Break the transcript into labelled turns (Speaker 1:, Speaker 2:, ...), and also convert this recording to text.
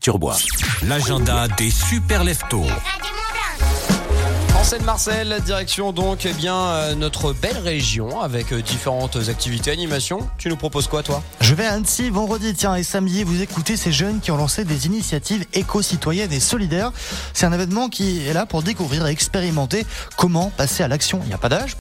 Speaker 1: Turbois. L'agenda des super leftos.
Speaker 2: En Seine-Marcel, direction donc eh bien euh, notre belle région avec euh, différentes activités, animations. Tu nous proposes quoi toi
Speaker 3: Je vais à Annecy vendredi, tiens, et samedi, vous écoutez ces jeunes qui ont lancé des initiatives éco-citoyennes et solidaires. C'est un événement qui est là pour découvrir et expérimenter comment passer à l'action. Il n'y a pas d'âge.